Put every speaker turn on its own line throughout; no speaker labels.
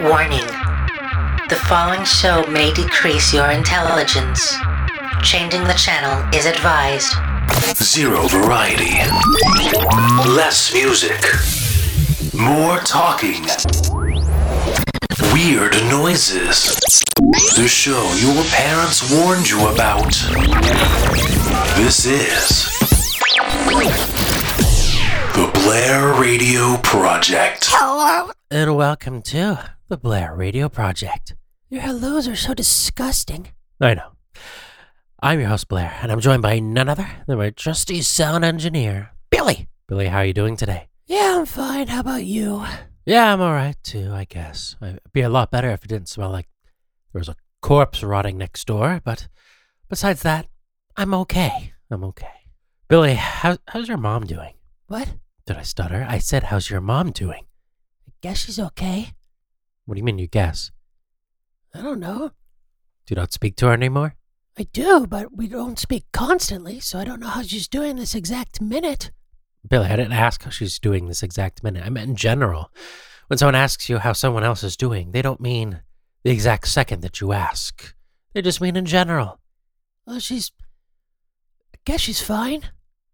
Warning The following show may decrease your intelligence. Changing the channel is advised.
Zero variety. Less music. More talking. Weird noises. The show your parents warned you about. This is. The Blair Radio Project.
And welcome to the Blair Radio Project. Your hellos are so disgusting. I know. I'm your host, Blair, and I'm joined by none other than my trusty sound engineer, Billy. Billy, how are you doing today? Yeah, I'm fine. How about you? Yeah, I'm all right too, I guess. I'd be a lot better if it didn't smell like there was a corpse rotting next door, but besides that, I'm okay. I'm okay. Billy, how, how's your mom doing? What? Did I stutter? I said, how's your mom doing? I guess she's okay. What do you mean you guess? I don't know. Do you not speak to her anymore? I do, but we don't speak constantly, so I don't know how she's doing this exact minute. Billy, I didn't ask how she's doing this exact minute. I meant in general. When someone asks you how someone else is doing, they don't mean the exact second that you ask. They just mean in general. Well, she's. I guess she's fine.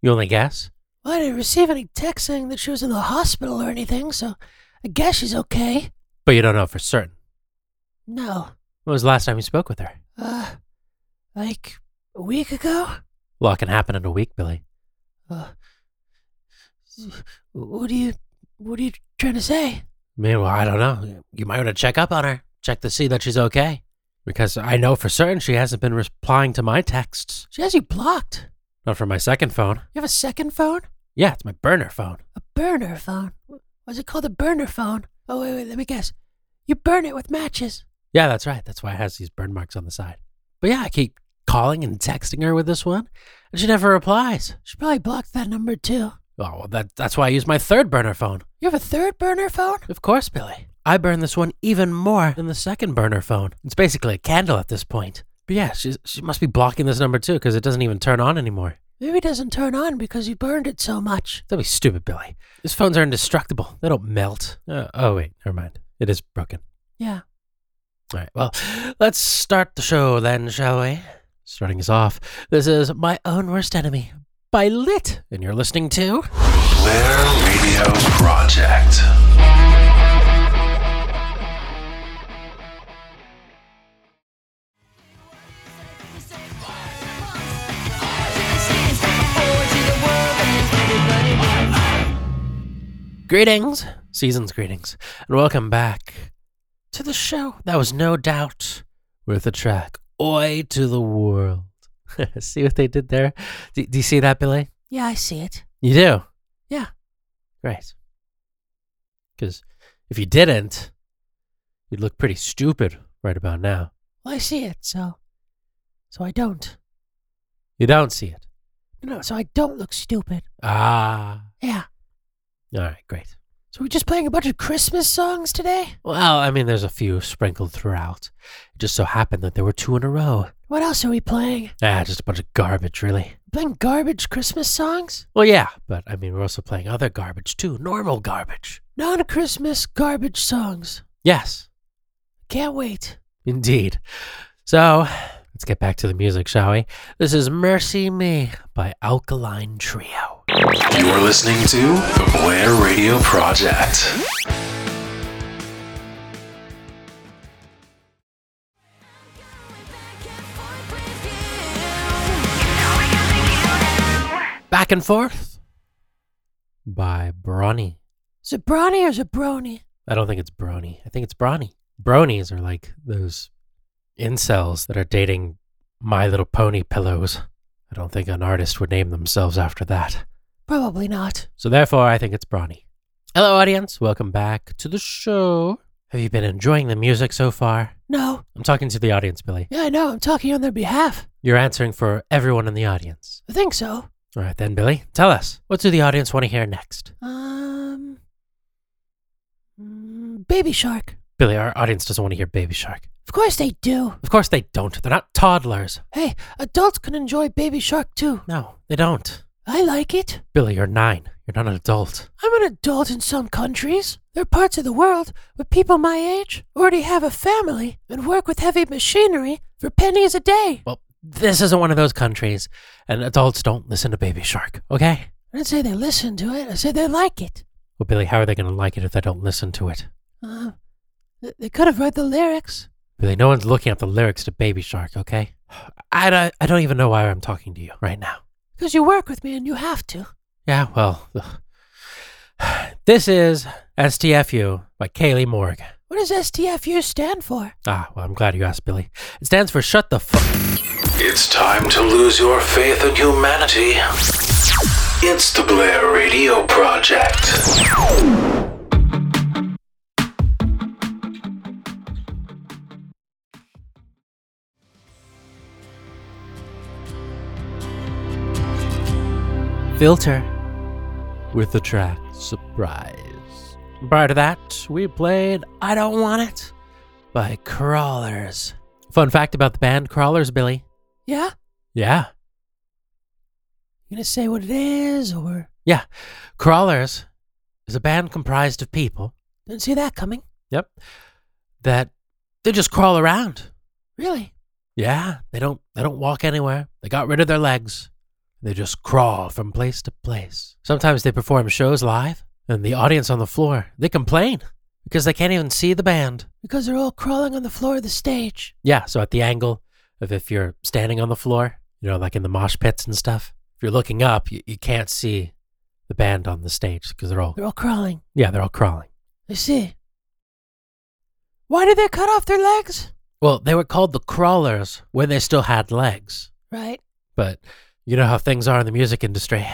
You only guess? Well, I didn't receive any text saying that she was in the hospital or anything, so I guess she's okay. But you don't know for certain. No. When was the last time you spoke with her? Uh, like a week ago? A lot can happen in a week, Billy. Uh, what are you, what are you trying to say? Meanwhile, I don't know. You might want to check up on her, check to see that she's okay. Because I know for certain she hasn't been replying to my texts. She has you blocked. Not for my second phone. You have a second phone? Yeah, it's my burner phone. A burner phone? Was it called a burner phone? Oh, wait, wait, let me guess. You burn it with matches. Yeah, that's right. That's why it has these burn marks on the side. But yeah, I keep calling and texting her with this one, and she never replies. She probably blocked that number too. Oh, well, that, that's why I use my third burner phone. You have a third burner phone? Of course, Billy. I burn this one even more than the second burner phone. It's basically a candle at this point. But yeah, she's, she must be blocking this number too, because it doesn't even turn on anymore. Maybe it doesn't turn on because you burned it so much. That'd be stupid, Billy. These phones are indestructible. They don't melt. Uh, oh, wait, never mind. It is broken. Yeah. All right, well, let's start the show then, shall we? Starting us off, this is My Own Worst Enemy by Lit, and you're listening to.
Blair Radio Project.
Greetings, season's greetings, and welcome back to the show. That was no doubt worth a track. Oi to the world. see what they did there? Do, do you see that, Billy? Yeah, I see it. You do? Yeah. Great. Because if you didn't, you'd look pretty stupid right about now. Well, I see it, so. So I don't. You don't see it? No, so I don't look stupid. Ah. Yeah. All right, great. So we're just playing a bunch of Christmas songs today? Well, I mean, there's a few sprinkled throughout. It just so happened that there were two in a row. What else are we playing? Ah, just a bunch of garbage, really. Playing garbage Christmas songs? Well, yeah, but I mean, we're also playing other garbage too. Normal garbage. Non Christmas garbage songs. Yes. Can't wait. Indeed. So, let's get back to the music, shall we? This is Mercy Me by Alkaline Trio.
You're listening to The Blair Radio Project.
Back and Forth by Brawny. Is it Brawny or is it Brony? I don't think it's Brony. I think it's Brawny. Bronies are like those incels that are dating My Little Pony pillows. I don't think an artist would name themselves after that. Probably not. So therefore, I think it's Brawny. Hello, audience. Welcome back to the show. Have you been enjoying the music so far? No. I'm talking to the audience, Billy. Yeah, I know. I'm talking on their behalf. You're answering for everyone in the audience. I think so. All right, then, Billy. Tell us. What do the audience want to hear next? Um.
mm,
Baby Shark. Billy, our audience doesn't want to hear Baby Shark. Of course they do. Of course they don't. They're not toddlers. Hey, adults can enjoy Baby Shark too. No, they don't.
I like it.
Billy, you're nine. You're not an adult.
I'm an adult in some countries. There are parts of the world where people my age already have a family and work with heavy machinery for pennies a day.
Well, this isn't one of those countries, and adults don't listen to Baby Shark, okay?
I didn't say they listen to it. I said they like it.
Well, Billy, how are they going to like it if they don't listen to it?
Uh, th- they could have read the lyrics.
Billy, no one's looking up the lyrics to Baby Shark, okay? I don't, I don't even know why I'm talking to you right now.
Because you work with me and you have to.
Yeah, well, ugh. this is STFU by Kaylee Morgan.
What does STFU stand for?
Ah, well, I'm glad you asked, Billy. It stands for Shut the Fuck.
It's time to lose your faith in humanity. It's the Blair Radio Project.
Filter with the track Surprise. Prior to that, we played I Don't Want It by Crawlers. Fun fact about the band Crawlers, Billy.
Yeah?
Yeah.
You gonna say what it is or
Yeah. Crawlers is a band comprised of people.
didn't see that coming?
Yep. That they just crawl around.
Really?
Yeah, they don't they don't walk anywhere. They got rid of their legs. They just crawl from place to place. Sometimes they perform shows live and the audience on the floor, they complain because they can't even see the band.
Because they're all crawling on the floor of the stage.
Yeah, so at the angle of if you're standing on the floor, you know, like in the mosh pits and stuff, if you're looking up, you, you can't see the band on the stage because they're all
They're all crawling.
yeah, they're all crawling.
I see. Why did they cut off their legs?
Well, they were called the crawlers when they still had legs.
Right.
But you know how things are in the music industry.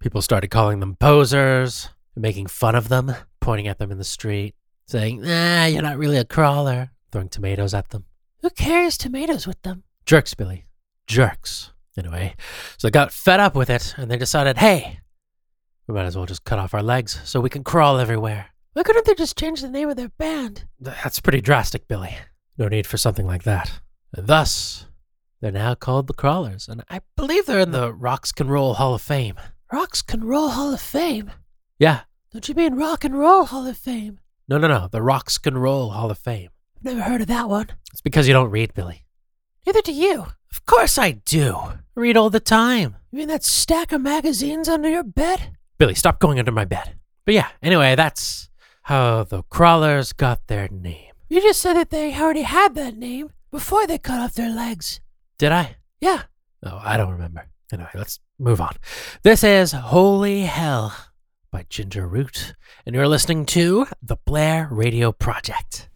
People started calling them posers, making fun of them, pointing at them in the street, saying, nah, you're not really a crawler, throwing tomatoes at them.
Who carries tomatoes with them?
Jerks, Billy. Jerks. Anyway, so they got fed up with it and they decided, hey, we might as well just cut off our legs so we can crawl everywhere.
Why couldn't they just change the name of their band?
That's pretty drastic, Billy. No need for something like that. And thus, they're now called the Crawlers, and I believe they're in the Rocks Can Roll Hall of Fame.
Rocks Can Roll Hall of Fame?
Yeah.
Don't you mean Rock and Roll Hall of Fame?
No, no, no. The Rocks Can Roll Hall of Fame.
I've never heard of that one.
It's because you don't read, Billy.
Neither do you.
Of course I do. I read all the time.
You mean that stack of magazines under your bed?
Billy, stop going under my bed. But yeah, anyway, that's how the Crawlers got their name.
You just said that they already had that name before they cut off their legs.
Did I?
Yeah.
Oh, I don't remember. Anyway, let's move on. This is Holy Hell by Ginger Root, and you're listening to the Blair Radio Project.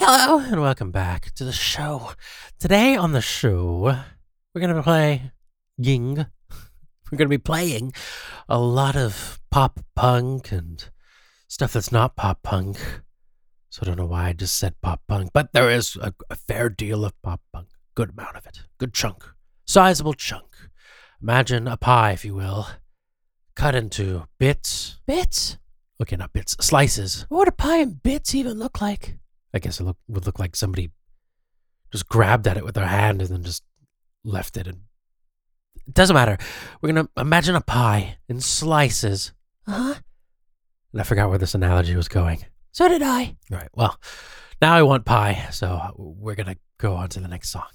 Hello, Oh, and welcome back to the show. Today on the show, we're going to play Ying. We're going to be playing a lot of pop punk and stuff that's not pop punk. So I don't know why I just said pop punk, but there is a, a fair deal of pop punk. Good amount of it. Good chunk. Sizable chunk. Imagine a pie, if you will, cut into bits.
Bits?
Okay, not bits, slices.
What would a pie in bits even look like?
I guess it look, would look like somebody just grabbed at it with their hand and then just left it. And it doesn't matter. We're gonna imagine a pie in slices.
Uh huh.
And I forgot where this analogy was going.
So did I.
All right. Well, now I want pie, so we're gonna go on to the next song.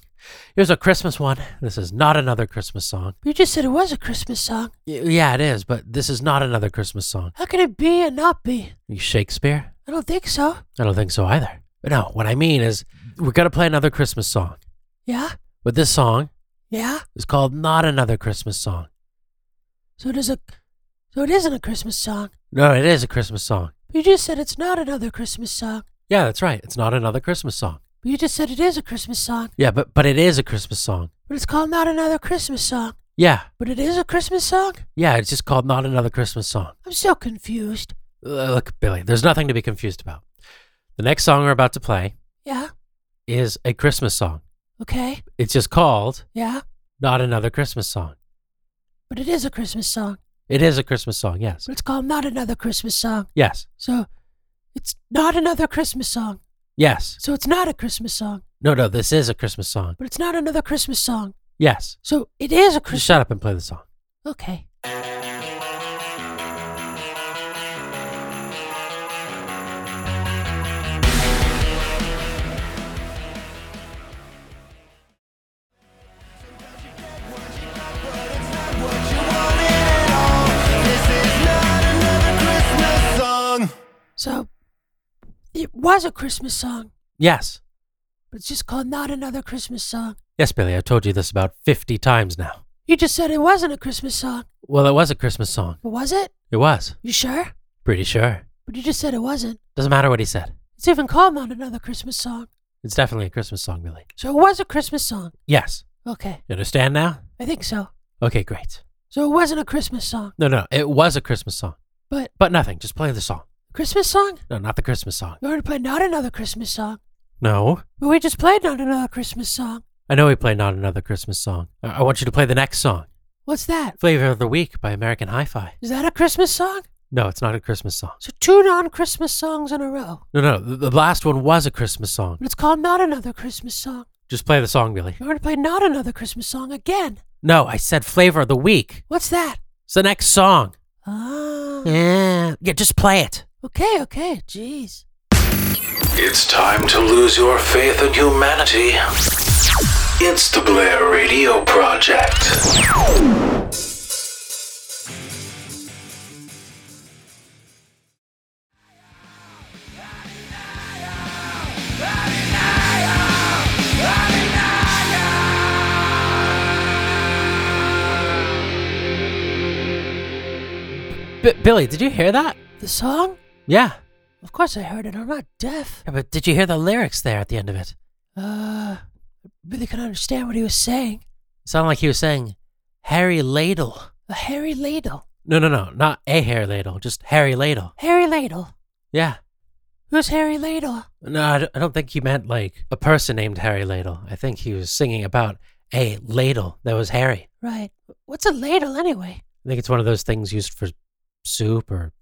Here's a Christmas one. This is not another Christmas song.
You just said it was a Christmas song.
Y- yeah, it is, but this is not another Christmas song.
How can it be and not be?
You Shakespeare?
I don't think so.
I don't think so either. No, what I mean is we're gonna play another Christmas song,
Yeah?
but this song
Yeah?
is called "Not Another Christmas Song."
So it is a. So it isn't a Christmas song.
No, it is a Christmas song.
You just said it's not another Christmas song.
Yeah, that's right. It's not another Christmas song.
But you just said it is a Christmas song.
Yeah, but but it is a Christmas song.
But it's called Not Another Christmas Song.
Yeah,
But it is a Christmas song?
yeah. It's just called "Not Another Christmas Song."
I'm so confused.
Uh, Look, Billy, there's nothing to be confused about. The next song we're about to play
Yeah?
is a Christmas song.
Okay?
It's just called
Yeah?
Not Another Christmas Song.
But it is a Christmas song.
It is a Christmas song, yes.
It's called Not Another Christmas Song.
Yes.
So it's not another Christmas song.
Yes.
So it's not a Christmas song,
No, no, this is a Christmas song.
but it's not another Christmas song.
Yes.
So it is a
Just
Christmas.
shut up and play the song.
Okay. So it was a Christmas song,
Yes.
but it's just called Not Another Christmas Song.
Yes, Billy, I've told you this about 50 times now.
You just said it wasn't a Christmas song,
Well, it was a Christmas song.
but was it?
It was.
You sure?
Pretty sure.
But you just said it wasn't.
Doesn't matter what he said.
It's even called Not Another Christmas Song.
It's definitely a Christmas song, Billy.
So it was a Christmas song.
Yes.
Okay.
You understand now?
I think so.
Okay, great.
So it wasn't a Christmas song,
No, no, it was a Christmas song.
but
But nothing. Just play the song.
Christmas song?
No, not the Christmas song.
We're going to play Not Another Christmas Song.
No.
But we just played Not Another Christmas Song.
I know we play not another Christmas song. I, I want you to play the next song.
What's that?
Flavor of the Week by American Hi-Fi.
Is that a Christmas song?
No, it's not a Christmas song.
So two non-Christmas songs in a row.
No, no, the, the last one was a Christmas song.
But it's called Not Another Christmas Song.
Just play the song, Billy.
We're going to play Not Another Christmas Song again.
No, I said Flavor of the Week.
What's that?
It's the next song.
Ah.
Yeah, yeah, just play it.
Okay, okay. Jeez.
It's time to lose your faith in humanity. It's the Blair Radio Project.
B- Billy, did you hear that?
The song?
Yeah.
Of course I heard it. I'm not deaf.
Yeah, but did you hear the lyrics there at the end of it?
Uh, I really couldn't understand what he was saying.
It sounded like he was saying Harry Ladle.
A hairy ladle.
No, no, no, not a Harry Ladle, just Harry Ladle.
Harry Ladle.
Yeah.
Who's Harry Ladle?
No, I don't- I don't think he meant like a person named Harry Ladle. I think he was singing about a ladle that was Harry.
Right. What's a ladle anyway?
I think it's one of those things used for soup or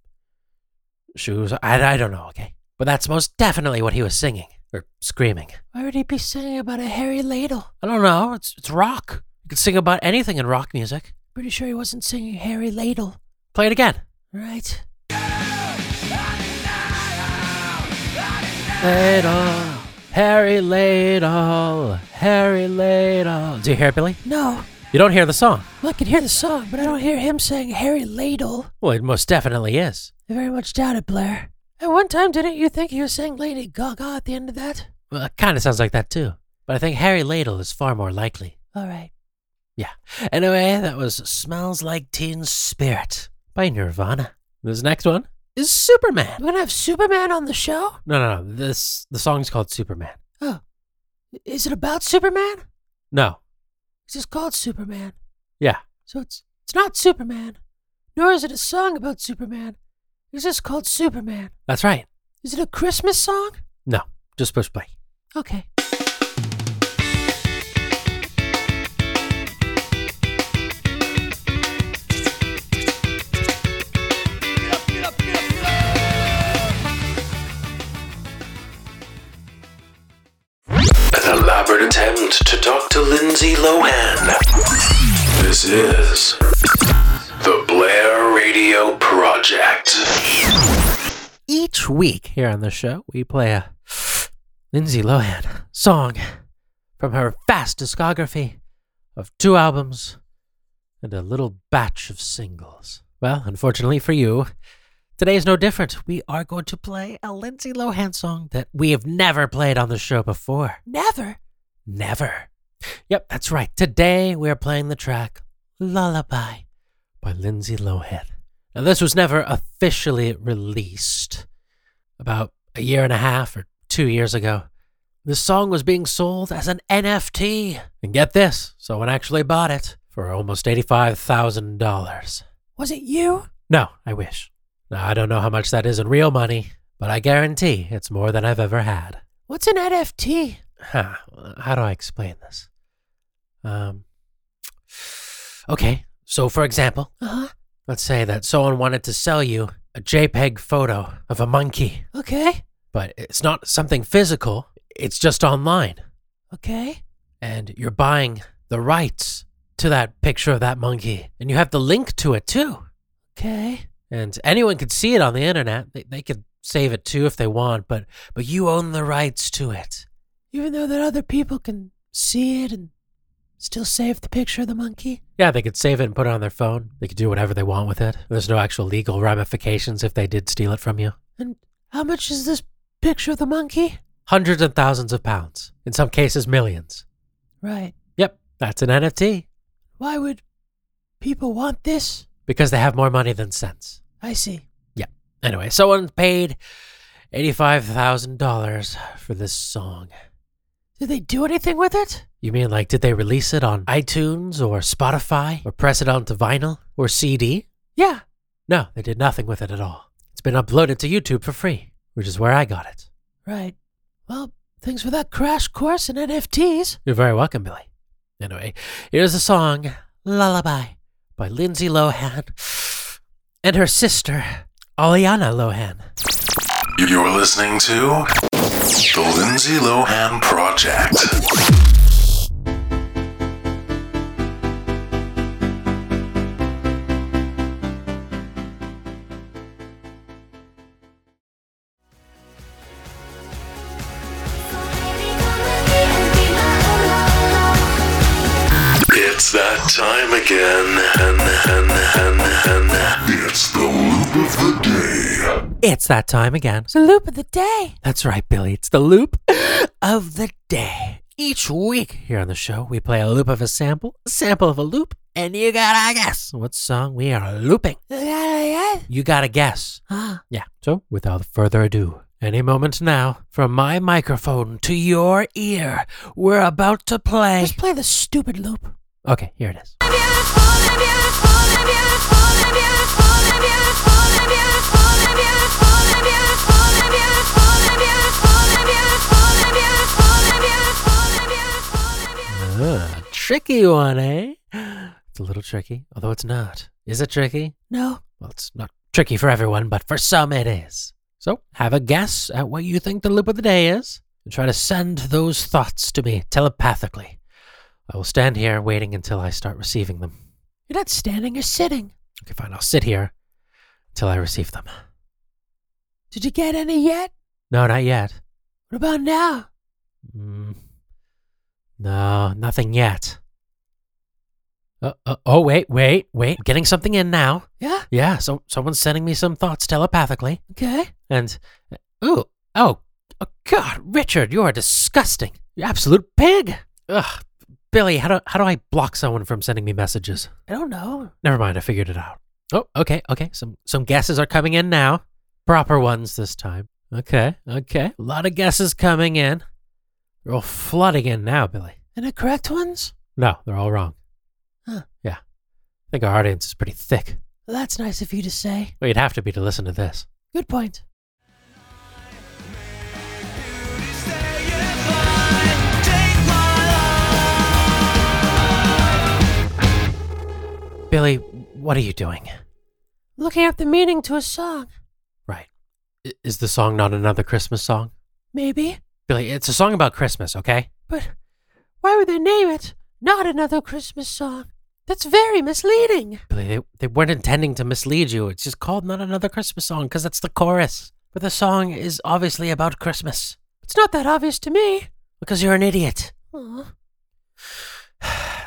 shoes. I, I don't know, okay? But that's most definitely what he was singing or screaming.
Why would he be singing about a hairy ladle?
I don't know. It's, it's rock. You can sing about anything in rock music.
Pretty sure he wasn't singing Harry Ladle.
Play it again.
Right.
Ladle, Harry Ladle, Harry Ladle. Do you hear it, Billy?
No.
You don't hear the song.
Well, I can hear the song, but I don't hear him saying Harry Ladle.
Well, it most definitely is.
I very much doubt it, Blair. At one time, didn't you think he was saying Lady Gaga at the end of that?
Well, it kind of sounds like that too. But I think Harry Ladle is far more likely.
All right.
Yeah. Anyway, that was Smells Like Teen Spirit by Nirvana. This next one is Superman.
We're gonna have Superman on the show?
No, no, no. This the song's called Superman.
Oh. Is it about Superman?
No.
It's just called Superman.
Yeah.
So it's it's not Superman, nor is it a song about Superman. It's just called Superman.
That's right.
Is it a Christmas song?
No. Just push play.
Okay.
An elaborate attempt to talk to Lindsay Lohan. This is the Blair Radio Project.
Each week here on the show, we play a Lindsay Lohan song from her vast discography of two albums and a little batch of singles. Well, unfortunately for you, today is no different. We are going to play a Lindsay Lohan song that we have never played on the show before.
Never.
Never. Yep, that's right. Today we are playing the track Lullaby by Lindsay Lohan. Now, this was never officially released. About a year and a half or two years ago, this song was being sold as an NFT. And get this someone actually bought it for almost $85,000.
Was it you?
No, I wish. Now, I don't know how much that is in real money, but I guarantee it's more than I've ever had.
What's an NFT?
Huh. How do I explain this? Um. Okay. So, for example,
Uh huh.
Let's say that someone wanted to sell you a JPEG photo of a monkey,
Okay.
but it's not something physical, it's just online.
Okay.
And you're buying the rights to that picture of that monkey, and you have the link to it too.
Okay.
and anyone could see it on the internet. They, they could save it too if they want, but but you own the rights to it.
Even though that other people can see it and still save the picture of the monkey.
Yeah, they could save it and put it on their phone. They could do whatever they want with it. There's no actual legal ramifications if they did steal it from you.
And how much is this picture of the monkey?
Hundreds and thousands of pounds. In some cases, millions.
Right.
Yep, that's an NFT
Why would people want this?
because they have more money than cents.
I see.
Yeah. Anyway, someone paid $85,000 for this song.
Did they do anything with it?
You mean like did they release it on iTunes or Spotify or press it onto vinyl or CD?
Yeah.
No, they did nothing with it at all. It's been uploaded to YouTube for free, which is where I got it.
Right. Well, thanks for that crash course in NFTs.
You're very welcome, Billy. Anyway, here's the song Lullaby by Lindsay Lohan and her sister, Oleana Lohan.
You're listening to The Lindsay Lohan Project. It's that time again. And, and, and, and. It's the loop of the day.
It's that time again.
It's a loop of the day.
That's right, Billy. It's the loop of the day. Each week here on the show, we play a loop of a sample, a sample of a loop, and you gotta guess what song we are looping.
Yeah,
You gotta guess.
yeah.
Yeah. So, without further ado, any moment now, from my microphone to your ear, we're about to play.
Just play the stupid loop.
Okay, here it is. Ah, tricky one, eh? It's a little tricky, although it's not. Is it tricky?
No.
Well, it's not tricky for everyone, but for some it is. So have a guess at what you think the loop of the day is and try to send those thoughts to me telepathically. I will stand here waiting until I start receiving them.
You're not standing, you're sitting.
Okay, fine. I'll sit here until I receive them.
Did you get any yet?
No, not yet.
What about now?
Mm. No, nothing yet. Uh, uh, oh, wait, wait, wait. I'm getting something in now.
Yeah?
Yeah, so someone's sending me some thoughts telepathically.
Okay.
And, ooh, oh, oh, God, Richard, you are disgusting. You absolute pig. Ugh, Billy, how do, how do I block someone from sending me messages?
I don't know.
Never mind, I figured it out. Oh, okay, okay. Some some guesses are coming in now. Proper ones this time. Okay, okay. A lot of guesses coming in. They're all flooding in now, Billy.
And the correct ones?
No, they're all wrong.
Huh.
Yeah. I think our audience is pretty thick.
Well, that's nice of you to say.
Well, you'd have to be to listen to this.
Good point.
Billy, what are you doing?
Looking up the meaning to a song.
Right. I- Is the song not another Christmas song?
Maybe.
Billy, it's a song about Christmas, okay?
But why would they name it Not Another Christmas Song? That's very misleading.
Billy, they, they weren't intending to mislead you. It's just called Not Another Christmas Song because it's the chorus. But the song is obviously about Christmas
It's not that obvious to me.
because you're an idiot.
Aw.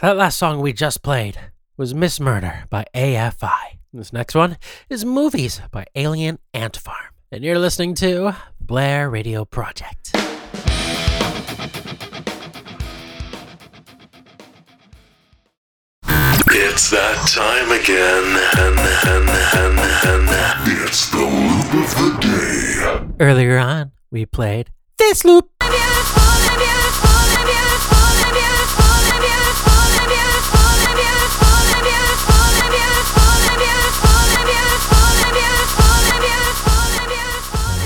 That last song we just played was Miss Murder by AFI. This next one is Movies by Alien Ant Farm. And you're listening to Blair Radio Project.
It's that time again. And, and, and, and. It's the loop of the day.
Earlier on, we played this loop.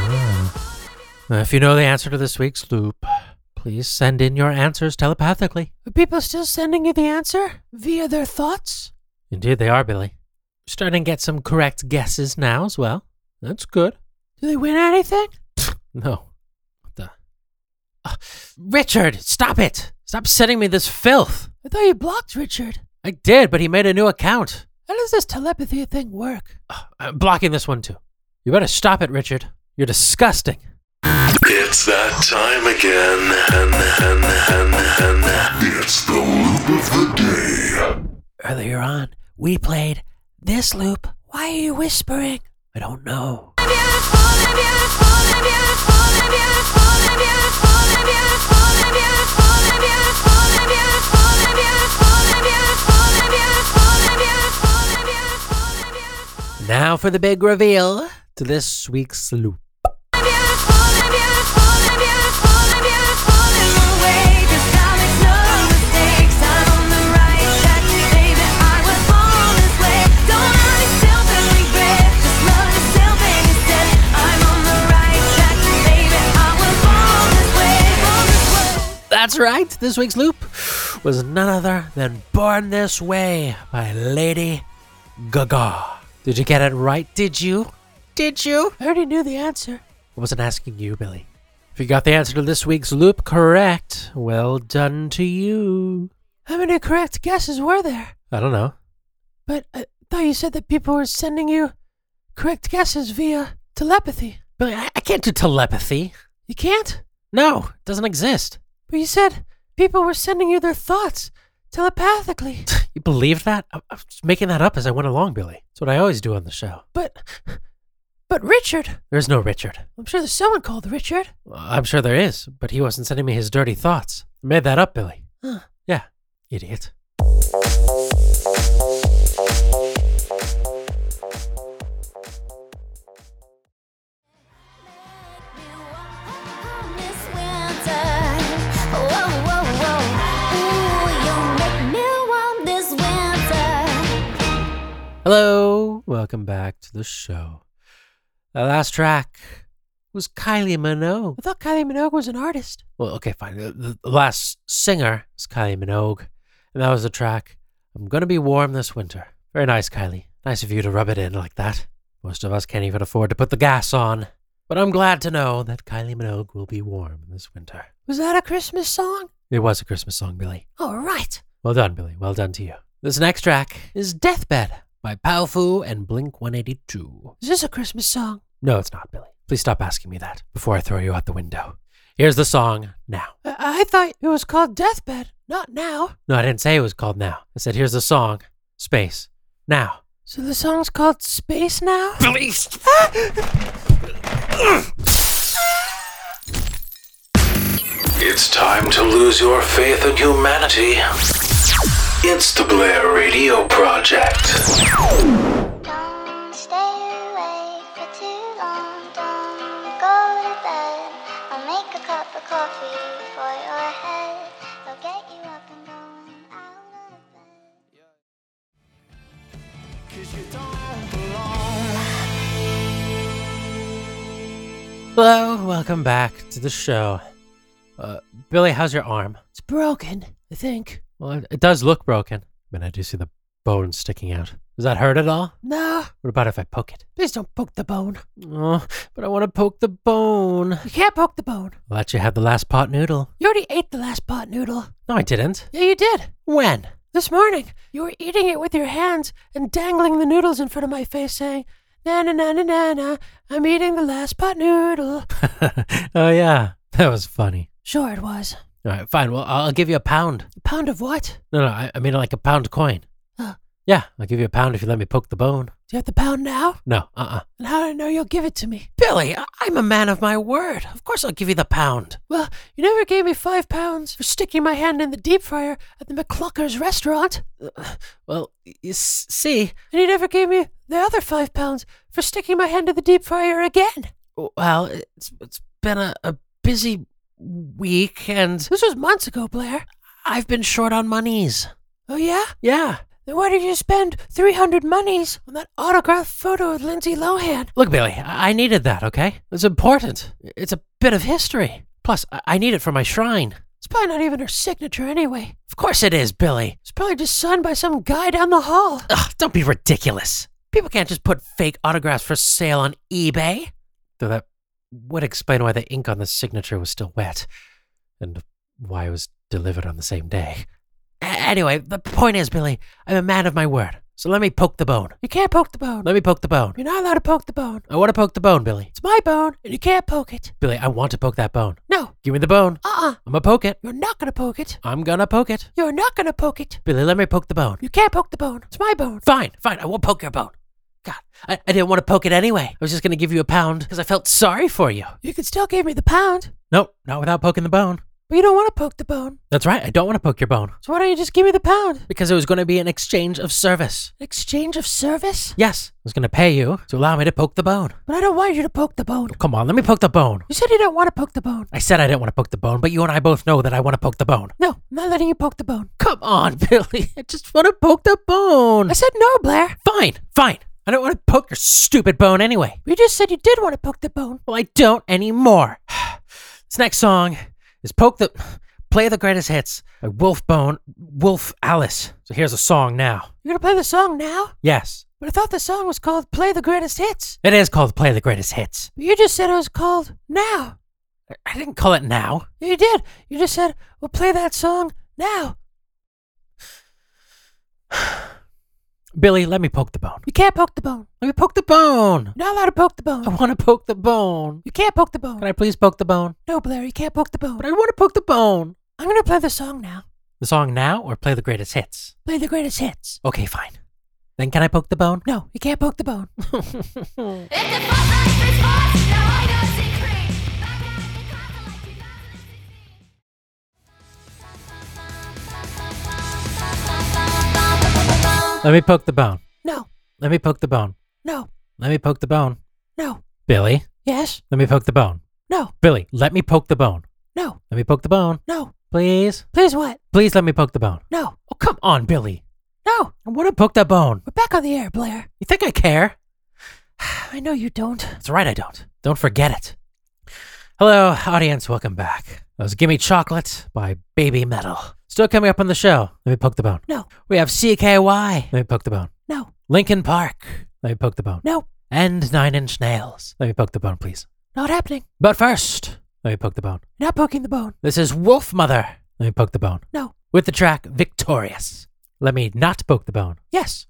Uh, If you know the answer to this week's loop, please send in your answers telepathically.
Are people still sending you the answer via their thoughts?
Indeed, they are, Billy. Starting to get some correct guesses now as well. That's good.
Do they win anything?
No. What the? Ah, Richard, stop it! Stop sending me this filth!
I thought you blocked Richard.
I did, but he made a new account.
How does this telepathy thing work?
Ah, I'm blocking this one too. You better stop it, Richard. You're disgusting.
It's that time again. It's the loop of the day.
Earlier on, we played this loop.
Why are you whispering?
I don't know. Now for the big reveal to this week's loop. That's right, this week's loop was none other than Born This Way by Lady Gaga. Did you get it right? Did you? Did you?
I already knew the answer.
I wasn't asking you, Billy. If you got the answer to this week's loop correct, well done to you.
How many correct guesses were there?
I don't know.
But I thought you said that people were sending you correct guesses via telepathy.
Billy, I, I can't do telepathy.
You can't?
No, it doesn't exist.
But you said people were sending you their thoughts telepathically.
You believe that? I, I was just making that up as I went along, Billy. That's what I always do on the show.
but, but Richard,
There's no Richard.
I'm sure there's someone called Richard.
I'm sure there is, but he wasn't sending me his dirty thoughts. I made that up, Billy.
Huh.
Yeah, idiot. Hello, welcome back to the show. That last track was Kylie Minogue.
I thought Kylie Minogue was an artist.
Well, okay, fine. The, the- the last singer was Kylie Minogue, and that was the track "I'm Gonna Be Warm This Winter." Very nice, Kylie. Nice of you to rub it in like that. Most of us can't even afford to put the gas on, but I'm glad to know that Kylie Minogue will be warm this winter.
Was that a Christmas song?
It was a Christmas song, Billy.
All right.
Well done, Billy. Well done to you. This next track is "Deathbed" by Powfu and Blink 182.
Is this a Christmas song?
No, it's not, Billy. Please stop asking me that before I throw you out the window. Here's the song now.
I, I thought it was called Deathbed. Not now.
No, I didn't say it was called now. I said, here's the song, space, now.
So the song's called Space Now?
Please!
It's time to lose your faith in humanity. It's the Blair Radio Project.
Don't stay awake for too long. Don't go to bed. I'll make a cup of coffee for your head. I'll get you up and going out of bed.
Hello, welcome back to the show. Uh, Billy, how's your arm?
It's broken, I think.
Well, it- it does look broken. I mean, I do see the bone sticking out. Does that hurt at all?
No,
What about if I poke it?
please don't poke the bone.
Oh, but I want to poke the bone.
You can't poke the bone.
I'll let you have the last pot noodle.
You already ate the last pot noodle.
No, I didn't.
Yeah, you did.
When?
This morning, you were eating it with your hands and dangling the noodles in front of my face, saying, Na na na na na na, I'm eating the last pot noodle.
oh yeah, that was funny.
Sure, it was.
All right, fine. Well, I'll I'll give you a pound.
A pound of what?
No, no, I, I mean like a pound coin.
Huh.
Yeah, I'll give you a pound if you let me poke the bone.
Do you have the pound now?
No, uh-uh.
And how do I know you'll give it to me?
Billy, I- I'm a man of my word. Of course I'll give you the pound.
Well, you never gave me five pounds for sticking my hand in the deep fryer at the McClucker's restaurant,
Well, you s- see,
and you never gave me the other five pounds for sticking my hand in the deep fryer again.
well, it's it's been a, a busy week and
This was months ago, Blair.
I've been short on monies.
Oh, yeah?
Yeah.
Then why did you spend 300 monies on that autographed photo of Lindsay Lohan?
Look, Billy, I I needed that, okay? It's important. It's a bit of history. Plus, I- I need it for my shrine.
It's probably not even her signature anyway.
Of course it is, Billy.
It's probably just signed by some guy down the hall.
Ugh, don't be ridiculous. People can't just put fake autographs for sale on eBay. Though that would explain why the ink on the signature was still wet, and why it was delivered on the same day. A- anyway, the point is, Billy, I'm a man of my word, so let me poke the bone.
You can't poke the bone.
Let me poke the bone.
You're not allowed to poke the bone.
I want to poke the bone, Billy.
It's my bone, and you can't poke it.
Billy, I want to poke that bone.
No.
Give me the bone.
Uh-uh.
I'm gonna poke it.
You're not gonna poke it.
I'm gonna poke it.
You're not gonna poke it.
Billy, let me poke the bone.
You can't poke the bone. It's my bone.
Fine, fine, I won't poke your bone. God, I, I didn't want to poke it anyway. I was just gonna give you a pound because I felt sorry for you.
You could still give me the pound,
Nope, not without poking the bone.
but you don't want to poke the bone.
That's right, I don't want to poke your bone.
So why don't you just give me the pound?
Because it was gonna be an exchange of service.
Exchange of service?
Yes, I was gonna pay you to allow me to poke the bone.
But I don't want you to poke the bone.
Come on, let me poke the bone.
You said you don't want to poke the bone.
I said I didn't want to poke the bone, but you and I both know that I want to poke the bone.
No, I'm not letting you poke the bone.
Come on, Billy. I just want to poke the bone.
I said no, Blair.
Fine, fine. I don't want to poke your stupid bone anyway.
You just said you did want to poke the bone.
Well, I don't anymore. This next song is Poke the Play the Greatest Hits by Wolf Bone, Wolf Alice. So here's a song now.
You're gonna play the song now?
Yes,
But I thought the song was called Play the Greatest Hits.
it is called Play the Greatest Hits.
But you just said it was called Now.
I- I didn't call it now.
You did. You just said, we'll play that song now.
Billy, let me poke the bone.
You can't poke the bone.
Let me poke the bone.
You're not allowed to poke the
I
bone.
want to poke the bone.
You can't poke the bone.
Can Oh. I please poke the bone?
No, Blair, you can't poke the bone.
But I want to poke the bone.
I'm gonna play the song now.
The song now or Play the Greatest Hits?
Play the greatest hits.
Okay, fine. Then can I poke the bone?
No, you can't poke the bone.
Let me poke the bone.
No,
Let me poke the bone.
no,
Let me poke the bone.
no.
Billy,
Yes,
let me poke the bone.
no,
Billy, let me poke the bone.
no,
Let me poke the bone.
no.
Please.
Please what?
Please let me poke the bone.
No,
Oh, come on, Billy.
no.
I want to poke that bone.
We're back on the air, Blair.
You think I care?
I know you don't.
That's right, I don't. Don't forget it. Hello, audience. Welcome back. That was Gimme Chocolate by Baby Metal. Still coming up on the show. Let me poke the bone.
No,
We have CKY. Let me poke the bone.
no,
Lincoln Park. Let me poke the bone.
no.
And Nine Inch Nails. Let me poke the bone, please.
Not happening.
But first, let me poke the bone.
You're not poking the bone.
This is Wolf Mother. Let me poke the bone.
No.
With the track Victorious. Let me not poke the bone.
Yes.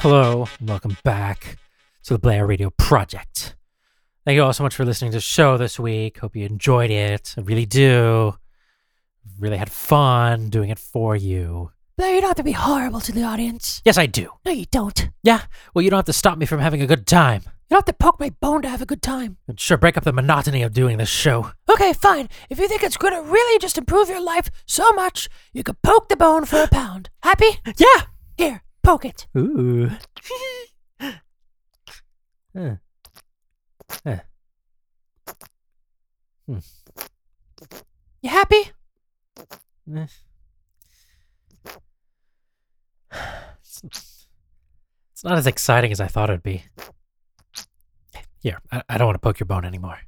Hello, and welcome back to the Blair Radio Project. Thank you all so much for listening to the show this week. Hope you enjoyed it. I really do. Really had fun doing it for you.
Blair, you don't have to be horrible to the audience.
Yes, I do.
No, you don't. You
Yeah, well, you don't have to stop me from having a good time.
don't have to poke my bone to have a good time.
It'd sure break up the monotony of doing this show.
Okay, fine. If you think it's gonna really just improve your life so much, you could poke the bone for a pound. Happy?
Yeah!
Here, poke it.
Ooh. Huh. Huh.
You happy?
Eh. It's not as exciting as I thought it'd be. Here, I, I don't want to poke your bone anymore.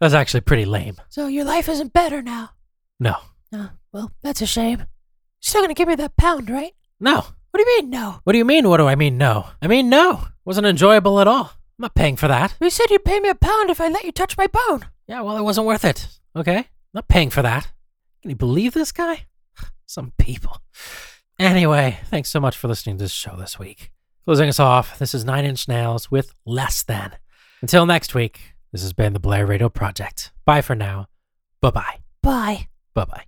That was actually pretty lame.
So your life isn't better now.
No.
Uh, well, that's a shame. You're still gonna give me that pound, right?
No.
What do you mean, no?
What do you mean, what do I mean, no? I mean, no. Wasn't enjoyable at all. I'm not paying for that.
You said you'd pay me a pound if I let you touch my bone.
Yeah, well, it wasn't worth it. Okay? Not paying for that. Can you believe this guy? Some people. Anyway, thanks so much for listening to this show this week. Closing us off, this is Nine Inch Nails with Less Than. Until next week, this has been the Blair Radio Project. Bye for now. Bye bye.
Bye.
Bye bye.